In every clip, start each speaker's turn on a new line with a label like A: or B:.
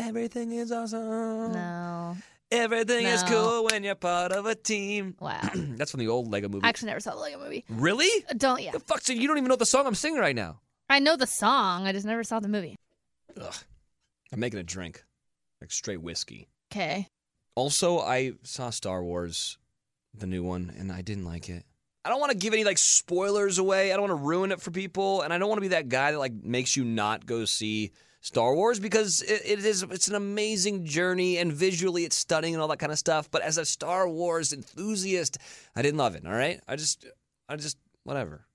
A: Everything is awesome.
B: No.
A: Everything is
B: No.
A: cool when you're part of a team.
B: Wow.
A: That's from the old Lego movie.
B: I actually never saw the Lego movie.
A: really?
B: Uh, Don't yeah.
A: The fuck? So you don't even know the song I'm singing right now?
B: I know the song. I just never saw the movie.
A: I'm making a drink, like straight whiskey.
B: Okay.
A: Also, I saw Star Wars, the new one, and I didn't like it. I don't want to give any like spoilers away. I don't want to ruin it for people, and I don't want to be that guy that like makes you not go see Star Wars because it, it is it's an amazing journey and visually it's stunning and all that kind of stuff. But as a Star Wars enthusiast, I didn't love it. All right, I just I just whatever.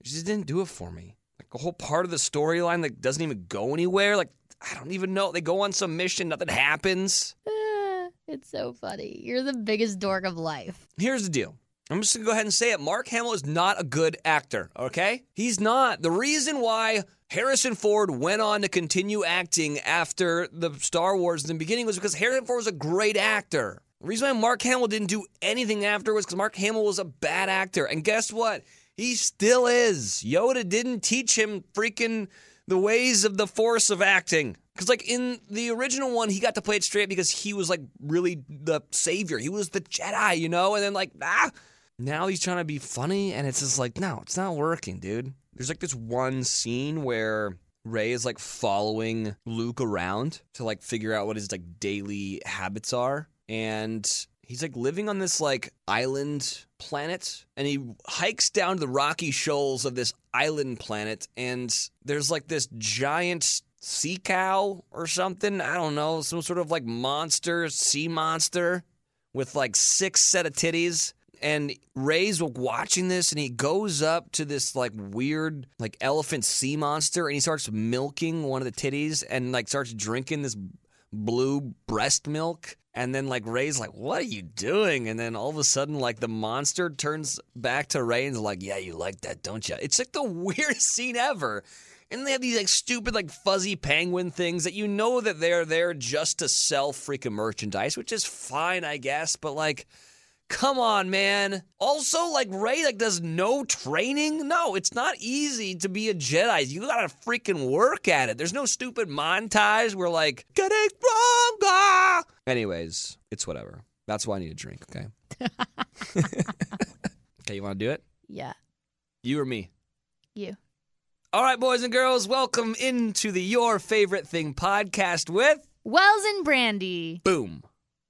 A: It just didn't do it for me. Like a whole part of the storyline that doesn't even go anywhere. Like I don't even know. They go on some mission, nothing happens.
B: Ah, it's so funny. You're the biggest dork of life.
A: Here's the deal. I'm just gonna go ahead and say it. Mark Hamill is not a good actor, okay? He's not. The reason why Harrison Ford went on to continue acting after the Star Wars in the beginning was because Harrison Ford was a great actor. The reason why Mark Hamill didn't do anything after was because Mark Hamill was a bad actor. And guess what? He still is. Yoda didn't teach him freaking the ways of the force of acting. Because, like, in the original one, he got to play it straight because he was, like, really the savior. He was the Jedi, you know? And then, like, ah! Now he's trying to be funny, and it's just like, no, it's not working, dude. There's, like, this one scene where Ray is, like, following Luke around to, like, figure out what his, like, daily habits are. And he's, like, living on this, like, island planet, and he hikes down to the rocky shoals of this island planet, and there's, like, this giant sea cow or something. I don't know, some sort of like monster, sea monster with like six set of titties. And Ray's watching this and he goes up to this like weird like elephant sea monster and he starts milking one of the titties and like starts drinking this blue breast milk. And then like Ray's like, What are you doing? And then all of a sudden, like the monster turns back to Ray and's like, Yeah, you like that, don't you? It's like the weirdest scene ever. And they have these like stupid like fuzzy penguin things that you know that they're there just to sell freaking merchandise, which is fine, I guess, but like Come on, man. Also, like Ray, like does no training. No, it's not easy to be a Jedi. You gotta freaking work at it. There's no stupid montage where like get it wrong. ah! Anyways, it's whatever. That's why I need a drink. Okay. okay, you want to do it?
B: Yeah.
A: You or me?
B: You.
A: All right, boys and girls, welcome into the Your Favorite Thing podcast with
B: Wells and Brandy.
A: Boom.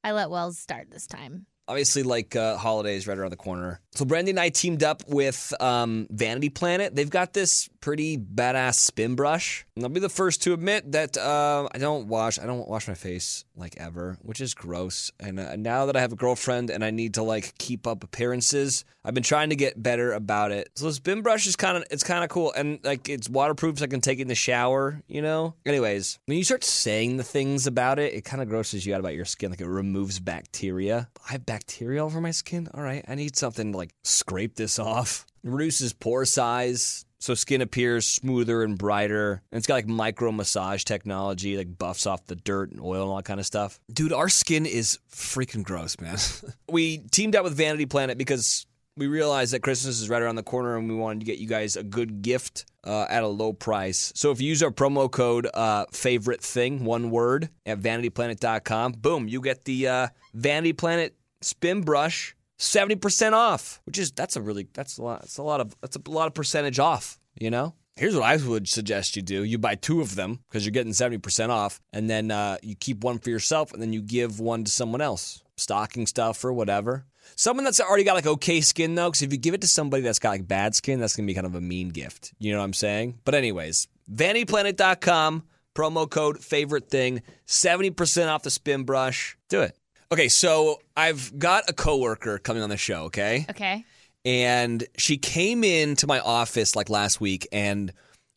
B: I let Wells start this time.
A: obviously like uh, holidays right around the corner so brandy and i teamed up with um, vanity planet they've got this pretty badass spin brush and i'll be the first to admit that uh, i don't wash i don't wash my face like ever which is gross and uh, now that i have a girlfriend and i need to like keep up appearances i've been trying to get better about it so the spin brush is kind of it's kind of cool and like it's waterproof so i can take it in the shower you know anyways when you start saying the things about it it kind of grosses you out about your skin like it removes bacteria i have bacteria all over my skin all right i need something to like scrape this off it reduces pore size so skin appears smoother and brighter and it's got like micro massage technology like buffs off the dirt and oil and all that kind of stuff dude our skin is freaking gross man we teamed up with vanity planet because we realized that Christmas is right around the corner and we wanted to get you guys a good gift uh, at a low price. So if you use our promo code uh, favorite thing, one word, at vanityplanet.com, boom, you get the uh, Vanity Planet spin brush 70% off, which is that's a really that's a lot that's a lot of that's a lot of percentage off, you know? Here's what I would suggest you do. You buy two of them because you're getting 70% off, and then uh, you keep one for yourself, and then you give one to someone else, stocking stuff or whatever. Someone that's already got like okay skin though, because if you give it to somebody that's got like bad skin, that's gonna be kind of a mean gift. You know what I'm saying? But anyways, VanityPlanet.com promo code favorite thing, seventy percent off the spin brush. Do it. Okay, so I've got a coworker coming on the show. Okay,
B: Okay.
A: and she came into my office like last week, and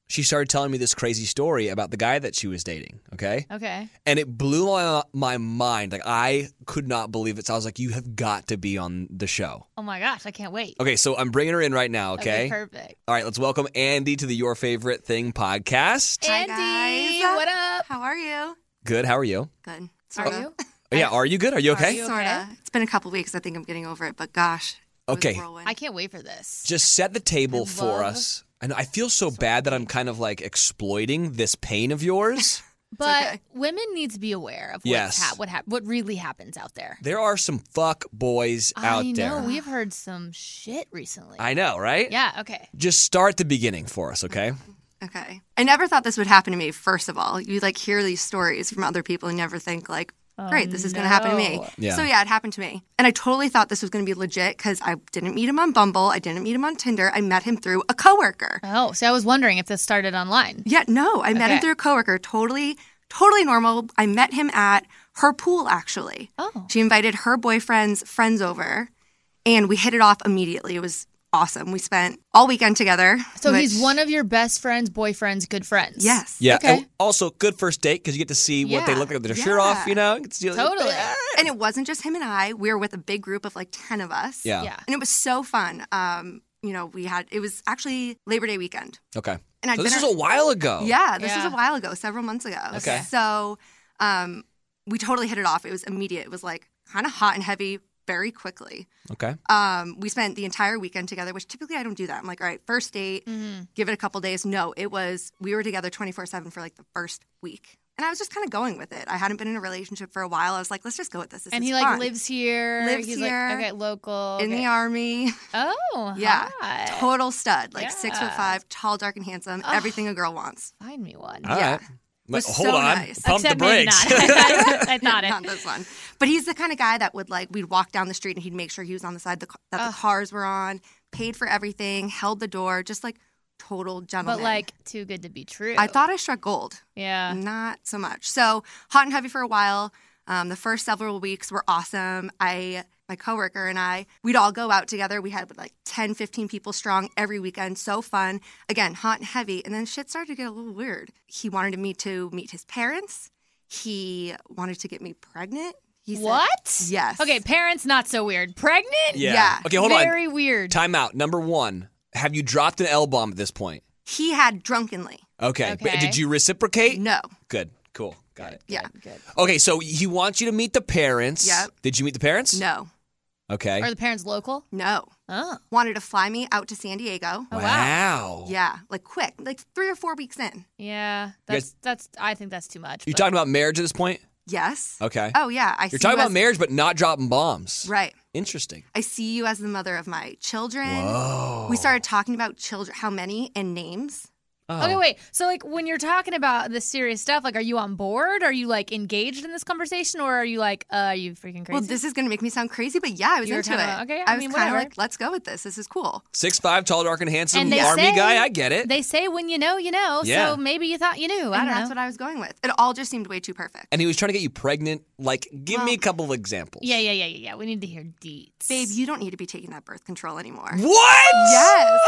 A: she started telling me this crazy story about the guy that she was dating. Okay,
B: Okay.
A: and it blew my, my mind. Like I could not believe it. So I was like, "You have got to be on the show."
B: Oh my gosh, I can't wait.
A: Okay, so I'm bringing her in right now. Okay,
B: perfect.
A: all right. Let's welcome Andy to the Your Favorite Thing podcast.
C: Hi,
B: Andy,
C: guys.
B: what up?
C: How are you?
A: Good. How are you?
C: Good.
B: Are you?
A: Oh, yeah. Are you good? Are you okay?
B: you-
C: Sorta. It's been a couple weeks. I think I'm getting over it, but gosh. it was
A: Okay.
C: whirlwind.
B: I can't wait for this.
A: Just set the table
B: I
A: for
B: love-
A: us. And I feel so bad that I'm kind of like exploiting this pain of yours.
D: But
C: okay.
D: women need to be aware of what's
A: Yes.
D: hap- what hap- what really happens out there.
A: There are some fuck boys out
D: I know
A: there.
D: we've heard some shit recently.
A: I know, right?
D: yeah. Okay.
A: Just start the beginning for us, okay?
C: Okay. I never thought this would happen to me, first of all. You like hear these stories from other people and never think like,
B: Oh,
C: great, this is going to happen to me.
D: no.
A: Yeah.
C: So yeah, it happened to me. And I totally thought this was going to be legit cuz I didn't meet him on Bumble, I didn't meet him on Tinder. I met him through a coworker.
D: Oh, so I was wondering if this started online.
C: Yeah, no, I met him
D: Okay.
C: through a coworker. Totally, totally normal. I met him at her pool, actually.
D: Oh.
C: She invited her boyfriend's friends over, and we hit it off immediately. It was awesome. We spent all weekend together.
D: So he's one of your best friends, boyfriends, good friends.
C: Yes.
A: Yeah.
D: Okay.
A: and also, good first date because you get to see what they
D: Yeah.
A: look like with their shirt off,
C: Yeah.
A: you know? You get to see-
D: Totally.
C: And it wasn't just him and I. We were with a big group of like 10 of us.
A: Yeah.
D: Yeah.
C: And it was so fun. Um, you know, we had, it was actually Labor Day weekend.
A: Okay.
C: And I'd
A: So this
C: been
A: was a while ago.
C: Yeah, this was
D: Yeah.
C: a while ago, several months ago.
A: Okay.
C: So um, we totally hit it off. It was immediate. It was like kind of hot and heavy very quickly.
A: Okay.
C: Um, we spent the entire weekend together, which typically I don't do that. I'm like, all right, first date,
D: Mhm.
C: give it a couple days. No, it was, we were together 24 7 for like the first week. And I was just kind of going with it. I hadn't been in a relationship for a while. I was like, let's just go with this. this
D: And
C: is
D: he like
C: fun.
D: lives here.
C: Lives
D: he's
C: here.
D: Like, okay, local.
C: in the
D: okay.
C: army.
D: Oh,
C: Yeah.
D: hot.
C: Total stud, like six foot
D: Yeah.
C: five, tall, dark, and handsome.
D: Oh.
C: Everything a girl wants.
D: Find me one.
A: All right.
C: Yeah.
A: But
C: was
A: Hold
C: so
A: on.
C: nice.
A: Uh, Pump
D: Except
A: the
D: maybe
A: brakes.
D: not. I thought it.
C: Not this one. But he's the kind of guy that would like we'd walk down the street and he'd make sure he was on the side the, ca- that
D: Ugh.
C: the cars were on, paid for everything, held the door, just like total gentleman.
D: But like uh, too good to be true.
C: I thought Mm, I struck gold,
D: Yeah.
C: not so much. So hot and heavy for a while. Um, the first several weeks were awesome. I my coworker and I, we'd all go out together. We had like 10, 15 people strong every weekend. So fun. Again, hot and heavy. And then shit started to get a little weird. He wanted me to meet his parents. He wanted to get me pregnant. He said-
D: What?
C: Yes.
D: Okay, parents not so weird. Pregnant?
A: Yeah.
C: Yeah.
A: Okay, hold on.
D: Very weird.
A: Time out. Number one, have you dropped an L bomb at this point?
C: He had drunkenly.
A: Okay. but
D: Okay.
A: Did you reciprocate?
C: No.
A: Good. Cool. Got it.
C: Yeah.
D: Good.
A: Okay, so he wants you to meet the parents.
C: Yep.
A: Did you meet the parents?
C: No.
A: Okay.
D: Are the parents local?
C: No.
D: Oh.
C: Wanted to fly me out to San Diego.
D: Oh, wow.
A: wow.
C: Yeah. Like quick, like three or four weeks in.
D: Yeah. That's that's I think that's too much.
A: You
D: but-
A: talking about marriage at this point?
C: Yes.
A: Okay.
C: Oh yeah. I see
A: You're talking
C: you
A: about
C: as-
A: marriage, but not dropping bombs.
C: Right.
A: Interesting.
C: I see you as the mother of my children.
A: Whoa.
C: We started talking about children, how many and names.
A: Oh.
D: Okay, wait. So like when you're talking about this serious stuff, like are you on board? Are you like engaged in this conversation or are you like, uh, are you freaking crazy?
C: Well, this is going to make me sound crazy, but yeah, I was
D: You were
C: into
D: kinda-
C: it.
D: okay, I
C: I, was
D: mean,
C: kind of
D: whatever.
C: like, let's go with this. This is cool.
A: Six five, tall, dark, and handsome
D: And they
A: army
D: say-
A: guy. I get it.
D: they say when you know, you know.
A: Yeah.
D: So maybe you thought you knew. I
C: and
D: don't
C: that's
D: know.
C: what I was going with. It all just seemed way too perfect.
A: and he was trying to get you pregnant. Like, give me
C: Well-
A: a couple of examples.
D: yeah, yeah, yeah, yeah, yeah. We need to hear deets.
C: Babe, you don't need to be taking that birth control anymore.
A: What?
C: Yes.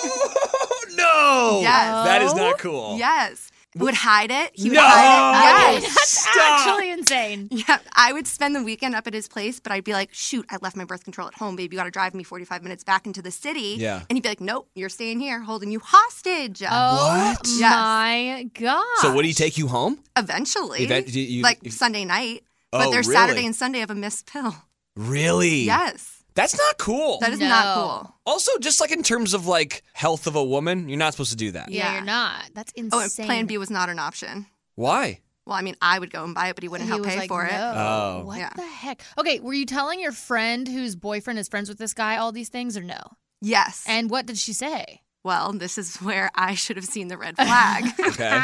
A: Oh, no.
C: Yes.
A: That is not cool.
C: Yes. Would hide it. He would
A: No.
C: hide it. Yes.
D: That's
A: Stop.
D: actually insane.
C: Yeah, I would spend the weekend up at his place, but I'd be like, shoot, I left my birth control at home, babe. You got to drive me 45 minutes back into the city.
A: Yeah.
C: And he'd be like, nope, you're staying here, holding you hostage.
D: Oh
A: What?
C: Yes.
D: my god.
A: So, would he take you home?
C: Eventually.
A: Event- you- you-
C: like
A: if-
C: Sunday night. But
A: Oh,
C: there's
A: really?
C: Saturday and Sunday of a missed pill.
A: Really?
C: Yes.
A: That's not cool.
C: That is
D: No.
C: not cool.
A: also, just like in terms of like health of a woman, you're not supposed to do that.
D: yeah,
C: Yeah.
D: you're not. That's insane.
C: Oh, and Plan B was not an option.
A: Why?
C: Well, I mean, I would go and buy it, but he wouldn't
D: he
C: help
D: was
C: pay
D: like,
C: for it.
D: no.
A: Oh.
D: What
C: Yeah.
D: the heck? Okay, were you telling your friend whose boyfriend is friends with this guy all these things or no?
C: Yes.
D: And what did she say?
C: well, this is where I should have seen the red flag.
A: Okay.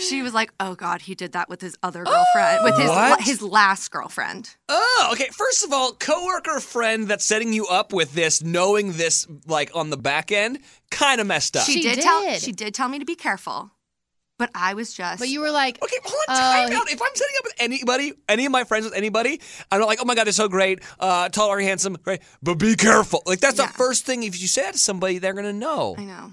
C: she was like, "Oh God, he did that with his other girlfriend, with his
A: What?
C: his last girlfriend."
A: Oh, okay. First of all, coworker friend that's setting you up with this, knowing this like on the back end, kind of messed up.
C: She,
D: She
C: did, tell
D: did.
C: she did tell me to be careful, but I was just
D: But you were like,
A: Okay, hold on,
C: Uh,
D: Oh,
A: time
D: he-
A: out. If I'm setting up with anybody, any of my friends with anybody, I'm not like, oh my god, they're so great, uh, tall, dark, handsome, great. But be careful. Like that's
C: Yeah.
A: the first thing. If you say that to somebody, they're gonna know.
C: I know.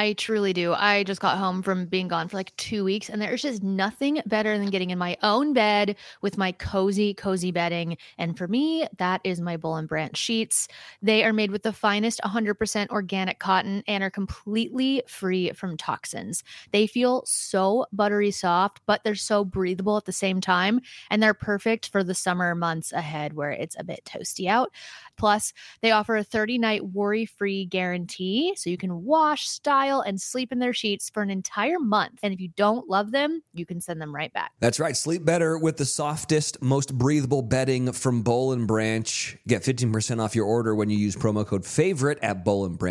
D: I truly do. I just got home from being gone for like two weeks, and there's just nothing better than getting in my own bed with my cozy, cozy bedding. And for me, that is my Bull and Branch sheets. They are made with the finest 100% organic cotton and are completely free from toxins. They feel so buttery soft, but they're so breathable at the same time. And they're perfect for the summer months ahead where it's a bit toasty out. Plus, they offer a 30 night worry free guarantee. So you can wash, style, and sleep in their sheets for an entire month. And if you don't love them, you can send them right back.
A: That's right. Sleep better with the softest, most breathable bedding from Bowl and Branch. Get 15% off your order when you use promo code favorite at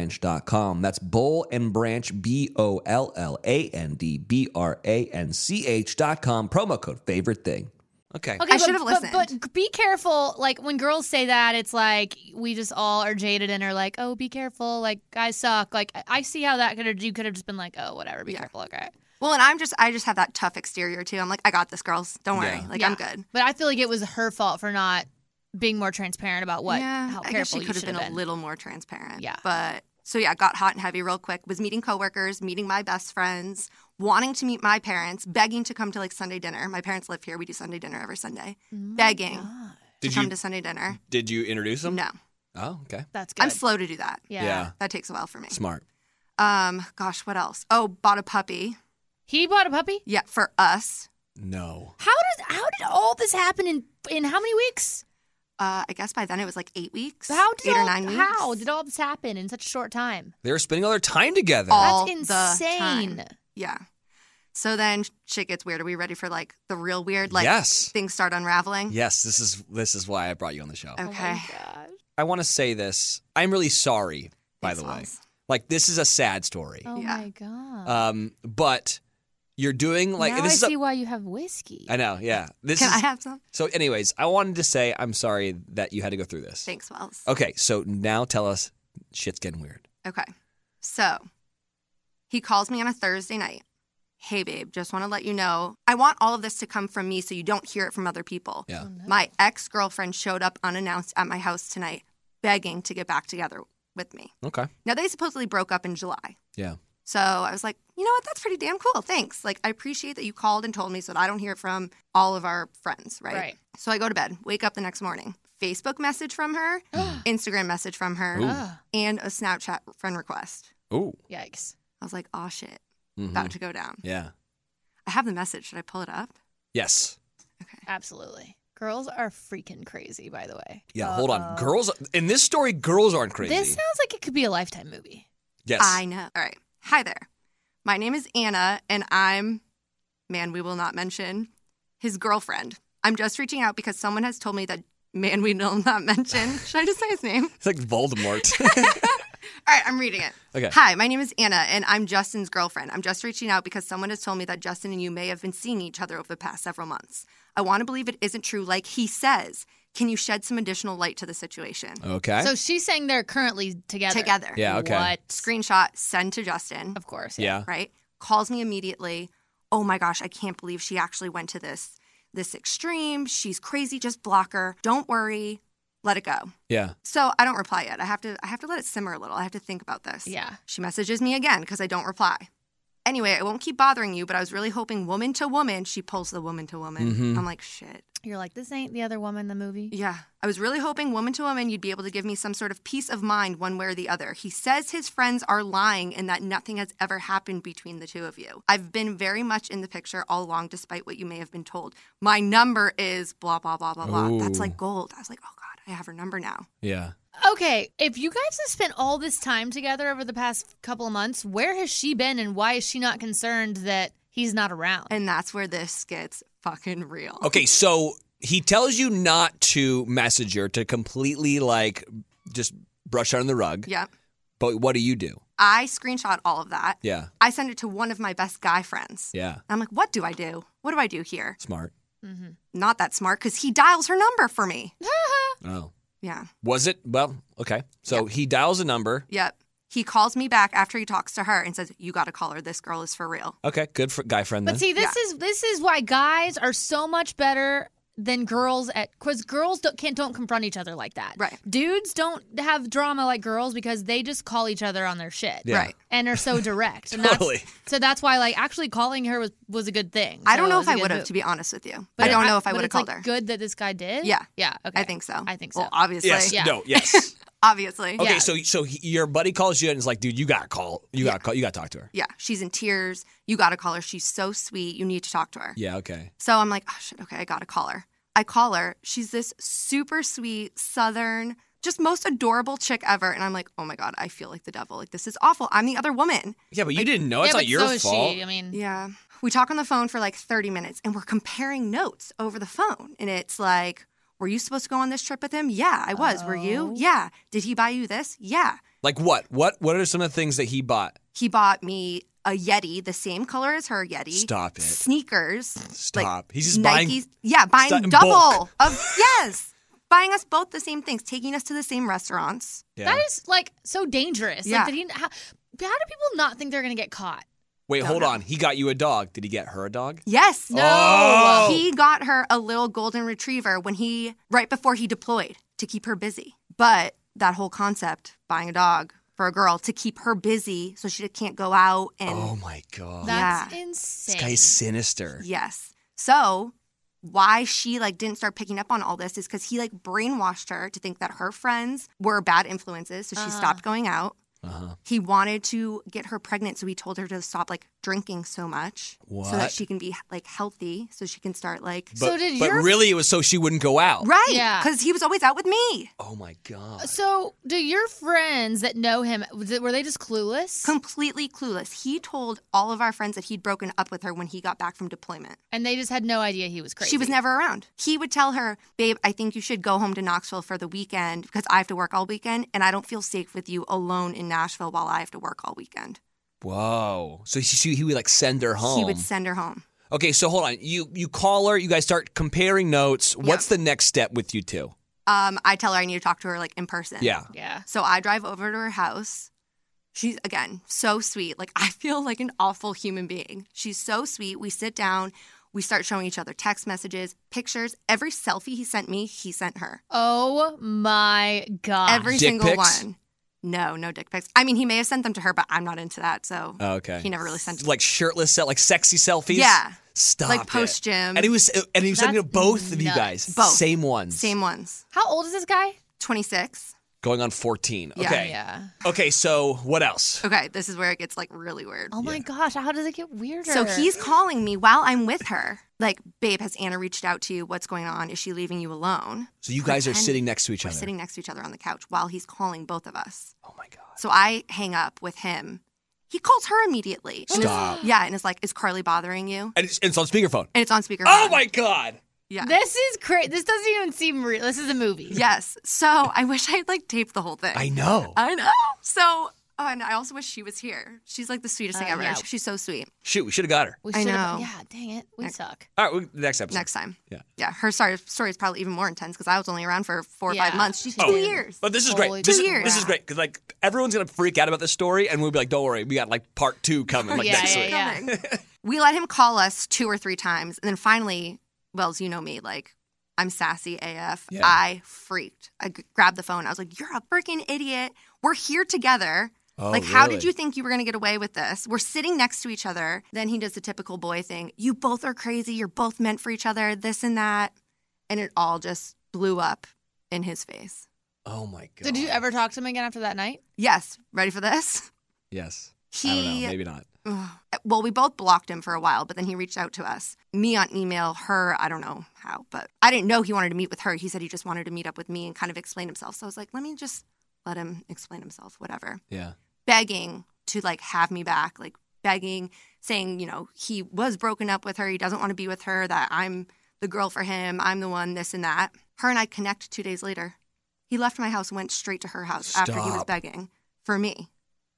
A: bowlandbranch.com. That's Bowl and Branch, B O L L A N D B R A N C H.com. Promo code favorite thing. Okay.
D: Okay,
C: I
D: but-
C: should have
D: but- But,
C: listened.
D: be careful. Like when girls say that, it's like we just all are jaded and are like, "Oh, be careful." Like guys suck. Like I- I see how that could have. You could have just been like, "Oh, whatever. Be
C: Yeah.
D: careful." Okay.
C: Well, and I'm just I just have that tough exterior too. I'm like, I got this, girls. Don't worry.
A: Yeah.
C: Like I'm
D: Yeah.
C: good.
D: But I feel like it was her fault for not being more transparent about what how careful
C: I guess she
D: you
C: could have
D: should
C: been, a little more transparent.
D: Yeah.
C: But so yeah, got hot and heavy real quick. Was meeting coworkers, meeting my best friends, wanting to meet my parents, begging to come to like Sunday dinner. My parents live here. We do Sunday dinner every Sunday. begging
D: Mm, God.
C: to
A: Did
C: come
A: you
C: to Sunday dinner.
A: did you introduce them?
C: No,
A: Oh, okay.
D: That's good.
C: I'm slow to do that.
D: yeah.
A: Yeah.
C: That takes a while for me.
A: Smart.
C: Um, gosh, what else? Oh, bought a puppy.
D: He bought a puppy.
C: Yeah, for us.
A: No.
D: How does how did all this happen in in how many weeks?
C: Uh, I guess by then it was like eight weeks.
D: How did
C: eight
D: all,
C: or nine weeks?
D: how did all this happen in such a short time?
A: They were spending all their time together.
C: All-
D: That's
C: the time.
D: insane.
C: Yeah. So then shit gets weird. Are we ready for like the real weird? Like
A: yes.
C: things start unraveling.
A: Yes, this is this is why I brought you on the show.
C: Oh, Okay.
D: gosh.
A: I want to say this. I'm really sorry, by
C: Thanks,
A: the way.
C: Miles.
A: Like this is a sad story.
D: Oh
C: Yeah.
D: my god.
A: Um, but you're doing like
D: now
A: this
D: I
A: is a-
D: see why you have whiskey.
A: I know, yeah. This
C: Can
A: is
C: I have some?
A: so. Anyways, I wanted to say I'm sorry that you had to go through this.
C: Thanks, Wells.
A: Okay, so now tell us, shit's getting weird.
C: Okay. So he calls me on a Thursday night. Hey, babe, just want to let you know. I want all of this to come from me so you don't hear it from other people.
A: Yeah.
D: Oh, no.
C: My ex girlfriend showed up unannounced at my house tonight, begging to get back together with me.
A: Okay.
C: Now, they supposedly broke up in July.
A: Yeah.
C: So I was like, you know what? That's pretty damn cool. Thanks. Like, I appreciate that you called and told me so that I don't hear it from all of our friends, right?
D: Right.
C: So I go to bed, wake up the next morning, Facebook message from her, Instagram message from her,
A: Ooh.
D: Ah,
C: and a Snapchat friend request.
A: Ooh.
D: yikes.
C: I was like, oh shit,
A: Mhm.
C: about to go down.
A: Yeah.
C: I have the message. Should I pull it up?
A: Yes.
C: Okay.
D: Absolutely. Girls are freaking crazy, by the way.
A: Yeah. Hold on,
D: Uh-oh.
A: girls. In this story, girls aren't crazy.
D: This sounds like it could be a lifetime movie.
A: yes.
C: I know. All right. Hi there. My name is Anna, and I'm, man, we will not mention his girlfriend. I'm just reaching out because someone has told me that, man, we will not mention. Should I just say his name?
A: It's like Voldemort.
C: All right, I'm reading it.
A: okay.
C: Hi, my name is Anna, and I'm Justin's girlfriend. I'm just reaching out because someone has told me that Justin and you may have been seeing each other over the past several months. I want to believe it isn't true, like he says. Can you shed some additional light to the situation?
A: Okay.
D: So she's saying they're currently together.
C: Together.
A: Yeah, okay.
D: What?
C: Screenshot, send to Justin,
D: Of course.
A: yeah.
C: right? Calls me immediately. Oh my gosh, I can't believe she actually went to this this extreme. She's crazy, just block her. Don't worry. Let it go.
A: Yeah.
C: So I don't reply yet. I have to I have to let it simmer a little. I have to think about this.
D: Yeah.
C: She messages me again because I don't reply. Anyway, I won't keep bothering you, but I was really hoping woman to woman, she pulls the woman to woman.
A: Mhm.
D: Mm-hmm.
C: I'm like, shit.
D: You're like, this ain't the other woman in the movie.
C: Yeah. I was really hoping woman to woman, you'd be able to give me some sort of peace of mind one way or the other. He says his friends are lying and that nothing has ever happened between the two of you. I've been very much in the picture all along, despite what you may have been told. My number is blah, blah, blah, blah, blah. That's
A: Ooh.
C: like gold. I was like, oh God, I have her number now.
A: Yeah.
D: Okay. If you guys have spent all this time together over the past couple of months, where has she been and why is she not concerned that he's not around?
C: And that's where this gets fucking real.
A: Okay, so he tells you not to message her to completely like just brush her under the rug.
C: Yep.
A: But what do you do?
C: I screenshot all of that.
A: Yeah.
C: I send it to one of my best guy friends.
A: Yeah.
C: I'm like, what do I do? What do I do here?
A: Smart.
D: mm-hmm.
C: Not that smart because he dials her number for me.
A: Oh.
C: Yeah.
A: Was it? Well, okay. So he dials a number.
C: Yep. He calls me back after he talks to her and says, You got to call her. This girl is for real.
A: Okay, good for guy friend then.
D: But see, this is this is why guys are so much better than girls at because girls don't, can't don't confront each other like that.
C: Right.
D: Dudes don't have drama like girls because they just call each other on their shit.
A: Yeah.
C: Right.
D: And are so direct. And
A: Totally.
D: That's, so that's why like actually calling her was was a good thing.
C: I
D: So
C: don't
D: it
C: know
D: was
C: if
D: a
C: I
D: good
C: would have,
D: move.
C: to be honest with you.
D: But
C: I don't know if
D: but
C: I would have
D: it's, like,
C: called her.
D: Good that this guy did.
C: Yeah.
D: Yeah. Okay.
C: I think so.
D: I think so.
C: Well, obviously.
A: Yes.
D: Yeah.
A: No. Yes.
C: Obviously.
A: Okay.
D: Yeah.
A: So so he, your buddy calls you and is like, dude, you got to call. You got to call. You got to talk to her.
C: Yeah. She's in tears. You got to call her. She's so sweet. You need to talk to her.
A: Yeah. Okay.
C: So I'm like, oh shit, okay, I gotta call her. I call her. She's this super sweet, southern, just most adorable chick ever. And I'm like, oh my God, I feel like the devil. Like, this is awful. I'm the other woman.
A: Yeah, but you didn't know.
D: Yeah,
A: Oh, It's
D: but
A: not your
D: so is
A: fault.
D: she. I mean,
C: Yeah. We talk on the phone for like 30 minutes and we're comparing notes over the phone. And it's like, were you supposed to go on this trip with him? Yeah, I was. Were you?
D: Oh.
C: Yeah. Did he buy you this? Yeah.
A: Like what? What? What are some of the things that he bought?
C: He bought me a Yeti, the same color as her Yeti.
A: Stop it.
C: Sneakers.
A: Stop. He's just buying.
C: Nike's, yeah, buying
A: Stu- in
C: double
A: bulk.
C: of yes, buying us both the same things, taking us to the same restaurants.
A: Yeah.
D: that is like so dangerous.
C: Yeah.
D: Like, did he, how, how do people not think they're gonna get caught?
A: Wait,
C: Don't
A: hold
C: know.
A: on. He got you a dog. Did he get her a dog?
C: Yes,
D: No.
A: Oh.
C: he got her a little golden retriever when he right before he deployed to keep her busy. But that whole concept, buying a dog for a girl to keep her busy so she can't go out and
A: Oh my god.
D: That's
C: Yeah.
D: insane.
A: This guy's sinister.
C: yes. So why she like didn't start picking up on all this is because he like brainwashed her to think that her friends were bad influences, so she
D: Uh-huh.
C: stopped going out.
A: Uh-huh.
C: he wanted to get her pregnant so he told her to stop like drinking so much so
A: What?
C: that she can be like healthy so she can start like
A: But,
D: So did
A: but
D: your-
A: really, it was so she wouldn't go out.
C: right
D: Yeah.
C: because he was always out with me
A: Oh my god.
D: So, do your friends that know him was it- were they just clueless?
C: completely clueless he told all of our friends that he'd broken up with her when he got back from deployment
D: and they just had no idea he was crazy.
C: she was never around he would tell her babe i think you should go home to knoxville for the weekend because i have to work all weekend and i don't feel safe with you alone in nashville while i have to work all weekend
A: Whoa. So she, she, he would like send her home.
C: he would send her home
A: okay, so hold on. You you call her. You guys start comparing notes. What's the next step with you two?
C: um, i tell her i need to talk to her like in person
A: Yeah.
D: Yeah.
C: So I drive over to her house. She's again so sweet. Like I feel like an awful human being. She's so sweet. We sit down, we start showing each other text messages, pictures. Every selfie he sent me, he sent her.
D: Oh my god.
C: Every
A: Ah, Dick
C: single
A: pics?
C: one. No, no dick pics. I mean, he may have sent them to her, but I'm not into that. So
A: Oh, okay.
C: he never really sent
A: like shirtless, se- like sexy selfies.
C: Yeah.
A: Stop.
C: Like
A: it.
C: post gym.
A: And he was and he was sending to
D: That's
A: both of you
D: nuts.
A: guys.
C: Both.
A: Same ones.
C: Same ones.
D: How old is this guy?
C: 26.
A: Going on fourteen.
C: Yeah.
A: Okay.
D: Yeah.
A: Okay. So what else?
C: Okay, this is where it gets like really weird.
D: Oh my gosh, how does it get weirder?
C: So he's calling me while I'm with her. Like, babe, has Anna reached out to you? What's going on? Is she leaving you alone?
A: So you guys are
C: pretending.
A: sitting next to each
C: We're
A: other.
C: sitting next to each other on the couch while he's calling both of us.
A: oh my god.
C: So I hang up with him. He calls her immediately. And is-
A: Stop.
C: yeah, and is like, "Is Carly bothering you?"
A: And it's, and it's on speakerphone.
C: And it's on speakerphone.
A: Oh my god.
C: Yeah.
D: This is crazy. This doesn't even seem real. This is a movie.
C: yes. So I wish I'd like taped the whole thing.
A: I know.
C: I know. So, oh, and I also wish she was here. She's like the sweetest thing
D: Uh,
C: ever.
D: yeah.
C: She's so sweet.
A: Shoot, we should have got her.
D: We
C: I
D: should've-
C: know.
D: Yeah, dang it. We
C: Next-
D: suck.
A: All right, we, next episode.
C: Next time.
A: Yeah.
C: Yeah. Her story story is probably even more intense because I was only around for four or
D: Yeah.
C: five months. She's two
A: Oh.
C: years.
A: But this is
D: Holy
A: great. This,
C: crap.
A: this is great because like everyone's gonna freak out about this story, and we'll be like, "Don't worry, we got like part two coming like
D: Yeah,
A: next
D: yeah,
A: week."
D: yeah.
C: coming. we let him call us two or three times. And then finally, Wells, you know me, like, I'm sassy AF.
A: Yeah.
C: I freaked. I g- grabbed the phone. I was like, You're a freaking idiot. We're here together.
A: Oh,
C: like, how did
A: really?
C: you think you were going to get away with this? We're sitting next to each other. Then he does the typical boy thing You both are crazy. You're both meant for each other, this and that. And it all just blew up in his face.
A: Oh my god.
D: So did you ever talk to him again after that night?
C: Yes. Ready for this?
A: Yes.
C: He
A: I don't know. Maybe not.
C: Ugh. Well, we both blocked him for a while, but then he reached out to us. Me on email, her, I don't know how, but I didn't know he wanted to meet with her. He said he just wanted to meet up with me and kind of explain himself. So I was like, let me just let him explain himself, whatever.
A: Yeah.
C: Begging to like have me back, like begging, saying, you know, he was broken up with her. He doesn't want to be with her, that I'm the girl for him. I'm the one, this and that. Her and I connect two days later. He left my house, and went straight to her house after he was
A: Stop.
C: begging for me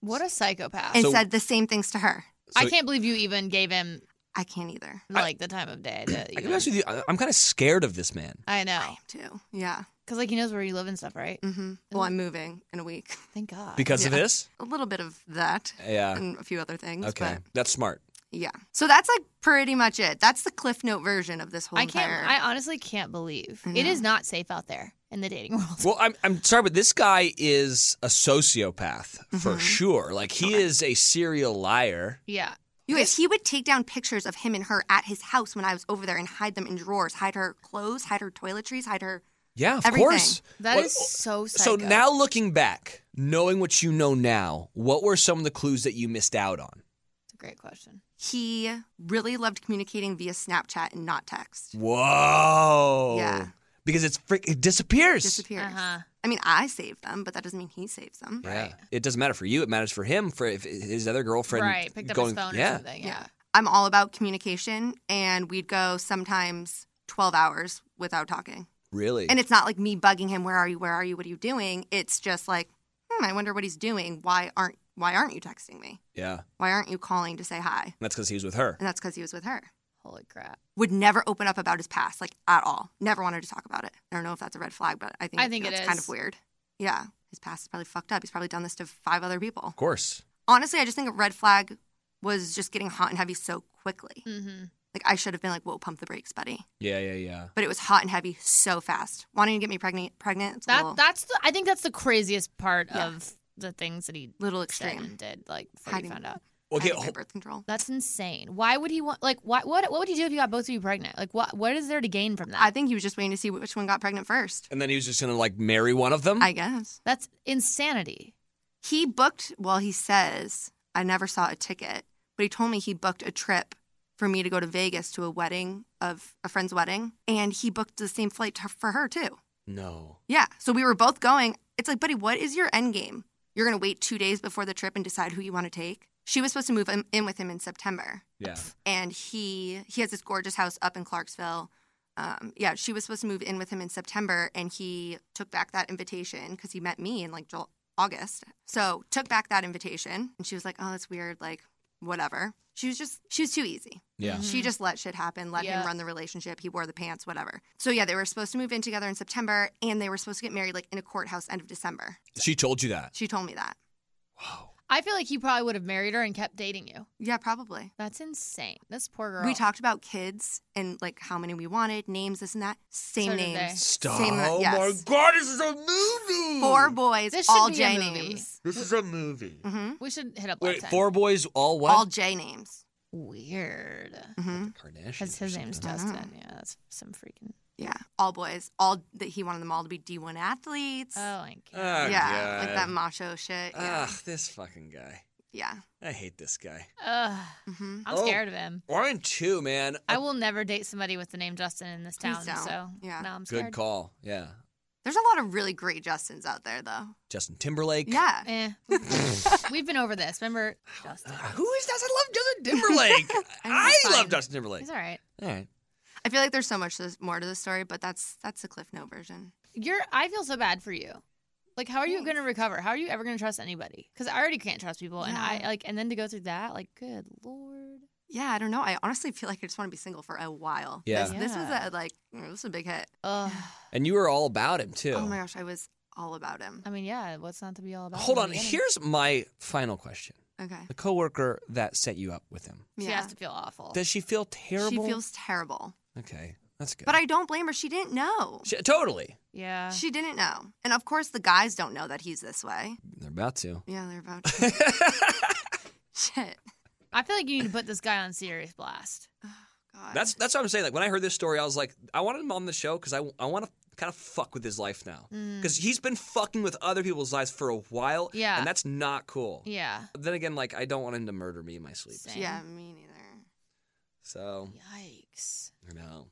D: What a psychopath.
C: and
A: So-
C: said the same things to her.
D: I
A: So-
D: can't believe you even gave him
C: I can't either.
D: like the time of day
A: I
D: that you
A: can be honest with you. I- I'm kind of scared of this man.
D: I
C: I
D: know.
C: am too. Yeah.
D: Because like he knows where you live and stuff,
A: Mm.
D: right?
C: Mm-hmm. Well, I'm moving in a week.
D: Thank God.
A: Because of
C: Yeah.
A: this?
C: A little bit of that
A: Yeah.
D: Mm,
C: and a few other things.
A: Okay. That's smart.
C: Yeah. So that's like pretty much it. That's the Cliff Note version of this whole
D: I can't.
C: entire.
D: I honestly can't believe
C: I
D: it
C: know.
D: is not safe out there in the dating world.
A: Well, I'm, I'm sorry, but this guy is a sociopath for
D: Mm-hmm.
C: Mhm.
A: sure. Like, he is a serial liar.
D: yeah,
C: you guys, he would take down pictures of him and her at his house when I was over there and hide them in drawers, hide her clothes, hide her toiletries, hide her.
A: Yeah, of
C: Everything.
A: course.
D: that
A: What-
D: is so.
A: So
D: Psycho.
A: now looking back, knowing what you know now, what were some of the clues that you missed out on?
D: It's a great question.
C: He really loved communicating via Snapchat and not text.
A: Whoa.
C: Yeah.
A: Because it's frick it disappears.
C: Disappears.
D: Uh huh.
C: I mean, I saved them, but that doesn't mean he saves them.
A: Yeah. It doesn't matter for you, it matters for him, for if his other girlfriend
D: Right. Picked up
A: going,
D: his phone or
A: yeah.
D: something.
C: Yeah.
D: Yeah.
C: I'm all about communication, and we'd go sometimes 12 hours without talking.
A: Really?
C: And it's not like me bugging him, "Where are you? Where are you? What are you doing?" It's just like, "Hmm, I wonder what he's doing. Why aren't Why aren't you texting me?
A: yeah.
C: Why aren't you calling to say hi?"
A: That's because he was with her.
C: And that's because he was with her.
D: Holy crap.
C: Would never open up about his past, like at all. Never wanted to talk about it. I don't know if that's a red flag, but I think
D: I think it
C: that's kind
D: is.
C: of weird. Yeah, his past is probably fucked up. He's probably done this to five other people.
A: Of course.
C: Honestly, I just think a red flag was just getting hot and heavy so quickly.
D: Mm-hmm.
C: Like I should have been like, "Whoa, pump the brakes, buddy."
A: Yeah, yeah, yeah.
C: But it was hot and heavy so fast. Wanting to get me pregnant, pregnant. It's a
D: That
C: little,
D: that's the. I think that's the craziest part
C: Yeah.
D: of the things that he
C: little
D: said
C: extreme.
D: and did. Like before
C: Hiding.
D: you found out.
A: Okay,
C: I think my
A: ho-
C: birth control.
D: That's insane. Why would he want? Like, what? What? What would you do if you got both of you pregnant? Like, what? What is there to gain from that?
C: I think he was just waiting to see which one got pregnant first.
A: and then he was just gonna like marry one of them.
C: I guess
D: that's insanity.
C: he booked. Well, he says I never saw a ticket, but he told me he booked a trip for me to go to Vegas to a wedding of a friend's wedding, and he booked the same flight to, for her too.
A: no.
C: Yeah, so we were both going. It's like, buddy, what is your end game? You're gonna wait two days before the trip and decide who you want to take. She was supposed to move in- in with him in September.
A: Yeah.
C: and he he has this gorgeous house up in Clarksville. Um, yeah, she was supposed to move in with him in September, and he took back that invitation because he met me in like Jul- August. So took back that invitation, and she was like, "Oh, that's weird. Like, whatever." She was just she was too easy.
A: Yeah.
D: Mhm.
C: She just let shit happen, let
D: Yeah.
C: him run the relationship. He wore the pants, whatever. So yeah, they were supposed to move in together in September, and they were supposed to get married like in a courthouse end of December.
A: She told you that.
C: She told me that.
A: Wow.
D: I feel like he probably would have married her and kept dating you.
C: Yeah, probably.
D: That's insane. This poor girl.
C: We talked about kids and like how many we wanted, names, this and that. Same
D: So did they.
C: names.
A: Stop.
C: Same,
A: oh
C: yes.
A: my god, this is a movie.
C: Four boys,
D: This should
C: all
D: be
C: J
D: a movie.
C: names.
A: This is a movie.
C: hmm
D: We should hit up.
A: Wait,
D: Lifetime.
A: four boys, all what?
C: All J names.
D: Weird.
C: hmm
D: Because his name's
C: I don't
D: Dustin.
C: know.
D: Yeah, that's some freaking.
C: Yeah, all boys. All that he wanted them all to be D1 athletes.
D: Oh my
A: Ah.
D: god.
C: yeah, like
A: God.
C: that macho shit. Yeah,
A: Ugh, this fucking guy.
C: yeah.
A: I hate this guy.
D: Ugh,
C: hmm
D: I'm
A: Oh.
D: scared of him.
A: One and two, man.
D: I will never date somebody with the name Justin in this town.
C: Please don't.
D: So
C: Yeah.
D: now I'm scared.
A: Good call. Yeah.
C: There's a lot of really great Justins out there, though.
A: Justin Timberlake.
C: Yeah,
D: Eh. We've been over this. Remember Justin?
A: Who is Justin? I love Justin Timberlake. I
C: he's
A: love
C: fine.
A: Justin Timberlake.
D: He's all right.
A: All right.
C: I feel like there's so much this, more to the story, but that's that's the Cliff Note version.
D: You're. I feel so bad for you. Like, how are you
C: Thanks.
D: going to recover? How are you ever going to trust anybody? Because I already can't trust people, and I
C: Yeah.
D: like, and then to go through that, like, good lord.
C: Yeah, I don't know. I honestly feel like I just want to be single for a while.
A: Yeah.
C: This, this was
D: Yeah.
C: a like you know, this was a big hit.
D: Ugh.
A: And you were all about him too.
C: Oh my gosh, I was all about him.
D: I mean, yeah. What's not to be all about? in
A: Hold
D: the
A: on.
D: beginning?
A: Here's my final question.
C: Okay.
A: The coworker that set you up with him.
D: She
C: Yeah.
D: has to feel awful.
A: Does she feel terrible?
C: She feels terrible.
A: Okay. That's good.
C: But I don't blame her. She didn't know.
A: She- totally.
D: yeah.
C: She didn't know. And of course, the guys don't know that he's this way.
A: They're about to.
C: Yeah, they're about to. Shit.
D: I feel like you need to put this guy on serious blast.
C: God.
A: That's that's what I'm saying. Like when I heard this story, I was like, I wanted him on the show because I, I want to kind of fuck with his life now
D: Mm.
A: because he's been fucking with other people's lives for a while.
D: Yeah.
A: and that's not cool.
D: Yeah.
A: Then again, like I don't want him to murder me in my sleep.
D: Same.
C: Yeah, me neither.
A: So
D: Yikes.
A: you know,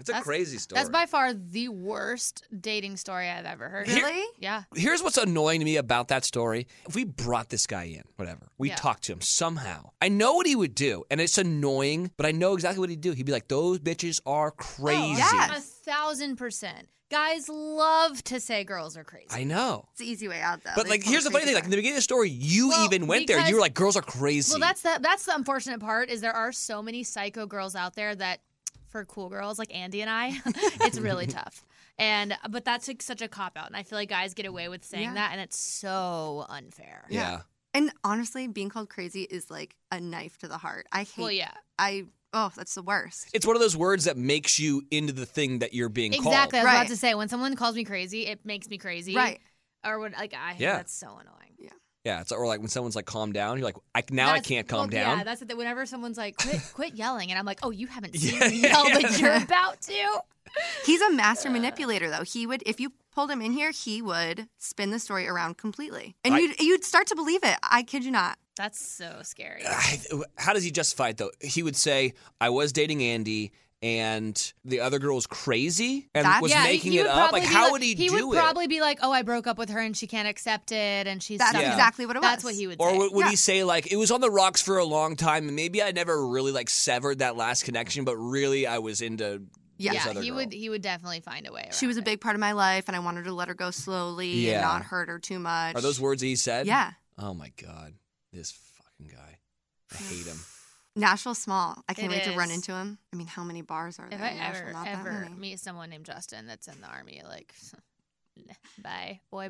A: it's a
D: That's-
A: crazy story.
D: That's by far the worst dating story I've ever heard.
A: Here-
C: Really?
D: Yeah.
A: Here's what's annoying to me about that story. If we brought this guy in, whatever, we
D: Yeah.
A: talked to him somehow. I know what he would do, and it's annoying, but I know exactly what he'd do. He'd be like, "Those bitches are
D: Oh,
A: crazy."
C: yeah.
D: A thousand percent. Guys love to say girls are crazy.
A: I know.
C: It's the easy way out, though.
A: But
C: They
A: like,
C: tell
A: here's the funny
C: crazy
A: thing. Like in the
C: part.
A: beginning of the story, you
D: Well,
A: even went there. You
D: because-
A: were like, "Girls are crazy."
D: well, that's the that's the unfortunate part is there are so many psycho girls out there that for cool girls like Andy and I, it's really tough. And but that's like such a cop out, and I feel like guys get away with saying
C: Yeah.
D: that, and it's so unfair.
A: yeah.
C: Yeah. And honestly, being called crazy is like a knife to the heart. I hate.
D: Well, yeah.
C: I oh, that's the worst.
A: It's one of those words that makes you into the thing that you're being
D: Exactly. I
A: called.
D: was about
C: Right.
D: to say when someone calls me crazy, it makes me crazy.
C: Right.
D: Or when like I
A: Yeah.
D: that's so annoying.
A: Yeah, it's or like when someone's like, "Calm down." You're like, "I now I
D: That's-
A: can't calm
D: well,
A: down."
D: Yeah, that's the thing. Whenever someone's like, quit, quit yelling. And I'm like, oh, you haven't seen
A: Yeah,
D: me yell, but you're
C: yeah.
D: about to.
C: He's a master manipulator, though. He would, if you pulled him in here, he would spin the story around completely, and
A: I-
C: you'd you'd start to believe it. I kid you not.
D: That's so scary.
A: I- how does he justify it though? He would say, "I was dating Andy, and the other girl was crazy and
C: That's-
A: was
D: yeah, he-
A: making
D: he
A: it
D: would
A: up."
D: probably
A: Like,
D: be
A: how would he, do
D: would
A: it?
D: probably be like, "Oh, I broke up with her and she can't accept it, and she's
C: That's
D: stuck."
A: Yeah.
C: exactly what it was.
D: That's what he would.
A: or
D: say.
A: would, would he
C: Yeah.
A: say like, "It was on the rocks for a long time, and maybe I never really like severed that last connection, but really I was into
C: Yeah.
A: this
D: yeah,
A: other
D: he
A: girl."
D: would. He would definitely find a way.
C: She was a
D: around it.
C: big part of my life, and I wanted to let her go slowly
A: Yeah.
C: and not hurt her too much.
A: Are those words that he said?
C: Yeah,
A: Oh my god, this fucking guy. I hate him.
C: Nashville's small. I can't
D: It
C: wait to run
D: is.
C: into him. I mean, how many bars are there
D: If
C: in
D: I
C: Nashville?
D: ever
C: not that
D: ever
C: many.
D: meet someone named Justin that's in the army, like, bye, boy,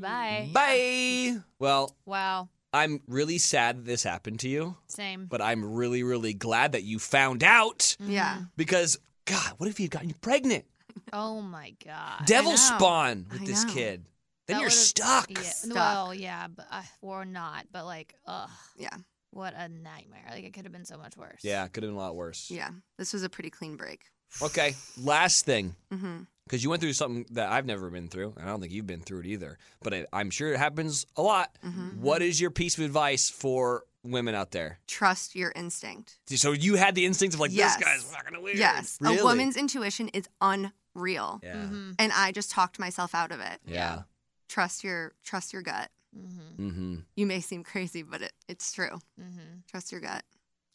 D: bye,
C: Mm.
A: Bye. Well,
D: Wow,
A: I'm really sad that this happened to you,
D: same.
A: but I'm really, really glad that you found out
C: Yeah.
D: Mhm.
A: because God, what if he had gotten you pregnant?
D: Oh my god.
A: Devil
C: know.
A: spawn with
C: I
A: this
C: know.
A: kid. Then
D: That
A: you're
D: would've-
A: stuck.
D: Yeah.
C: Stuck.
D: Well, yeah, but uh, or not, but like, ugh.
C: Yeah.
D: What a nightmare. Like it could have been so much worse.
A: Yeah, could have been a lot worse.
C: Yeah, this was a pretty clean break.
A: Okay, last thing.
C: hmm
A: Because you went through something that I've never been through, and I don't think you've been through it either, but I, I'm sure it happens a lot.
D: Mm-hmm.
A: What is your piece of advice for women out there?
C: Trust your instinct.
A: So you had the instinct of like,
C: Yes.
A: this guy's not going to weird.
C: Yes,
A: Really?
C: a woman's intuition is unreal,
A: Yeah.
D: Mhm.
C: and I just talked myself out of it.
A: Yeah.
C: Trust your trust your gut.
D: Mhm.
A: Mm-hmm.
C: You may seem crazy, but it, it's true.
D: Mhm.
C: Trust your gut.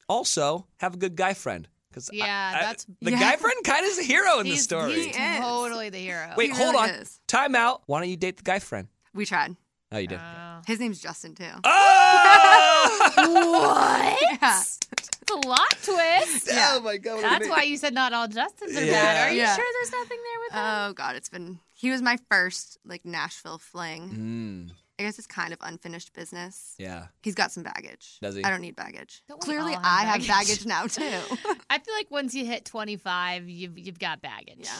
A: Also, have a good guy friend. Cause I-
D: Yeah,
A: I-
D: that's
A: the
C: Yeah.
A: guy friend kind of is a hero in
D: he's,
A: this story.
D: He's
C: He is.
D: totally the hero.
A: Wait,
C: He
A: hold
C: really
A: on.
C: is.
A: Time out. Why don't you date the guy friend?
C: We tried.
A: Oh, you did.
D: Oh.
C: His name's Justin too.
A: Oh!
D: what?
C: Yeah.
D: Plot twist.
C: Yeah.
A: Oh my god!
D: That's why you said not all Justins are
A: Yeah.
D: bad. Are you
C: Yeah.
D: sure there's nothing there with that?
C: Oh God, it's been. He was my first like Nashville
A: Mm,
C: fling. I guess it's kind of unfinished business.
A: yeah.
C: He's got some baggage.
A: Does he?
C: I don't need baggage.
D: Don't we
C: Clearly,
D: all have
C: I have
D: baggage?
C: baggage now too.
D: I feel like once you hit 25, you've you've got baggage.
C: yeah.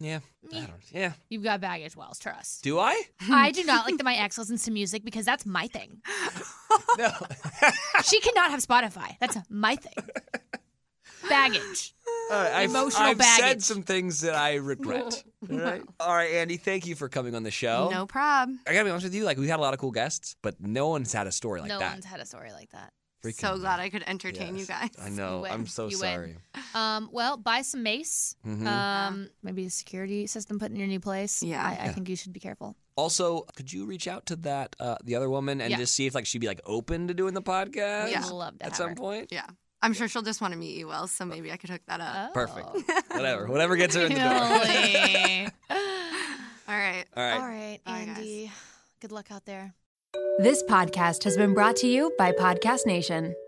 A: Yeah. I don't. Yeah.
D: You've got baggage, Wells. Trust.
A: Do I?
D: I do not like that my ex listens to music because that's my thing.
A: No.
D: She cannot have Spotify. That's my thing. Baggage.
A: All right, I've,
D: Emotional
A: I've said
D: baggage.
A: some things that I regret. All right. All right, Andy. Thank you for coming on the show.
C: No problem.
A: I gotta be honest with you. Like we had a lot of cool guests, but no one's had a story like
D: no
A: that.
D: one's had a story like that.
A: Freaking-
C: so glad I could entertain you guys.
A: Yes. I know.
D: You
A: I'm
D: win.
A: so
D: You win.
A: sorry.
D: Um, well, buy some mace.
A: Mhm.
C: Uh,
D: Um, maybe a security system put in your new place.
C: Yeah.
D: I, I
A: Yeah.
D: think you should be careful.
A: Also, could you reach out to that uh, the other woman and
D: Yeah.
A: just see if like she'd be like open to doing the podcast
C: Yeah.
D: I'd Oh, love to
A: at
D: have
A: some
D: her.
A: point?
C: Yeah. I'm sure she'll just want to meet you, Wells, so maybe I could hook that up.
A: Perfect.
D: Oh,
A: Whatever, whatever gets her in the door.
D: really?
C: All right.
A: All right.
D: All right,
C: Bye, guys.
D: Andy. Good luck out there.
E: This podcast has been brought to you by Podcast Nation.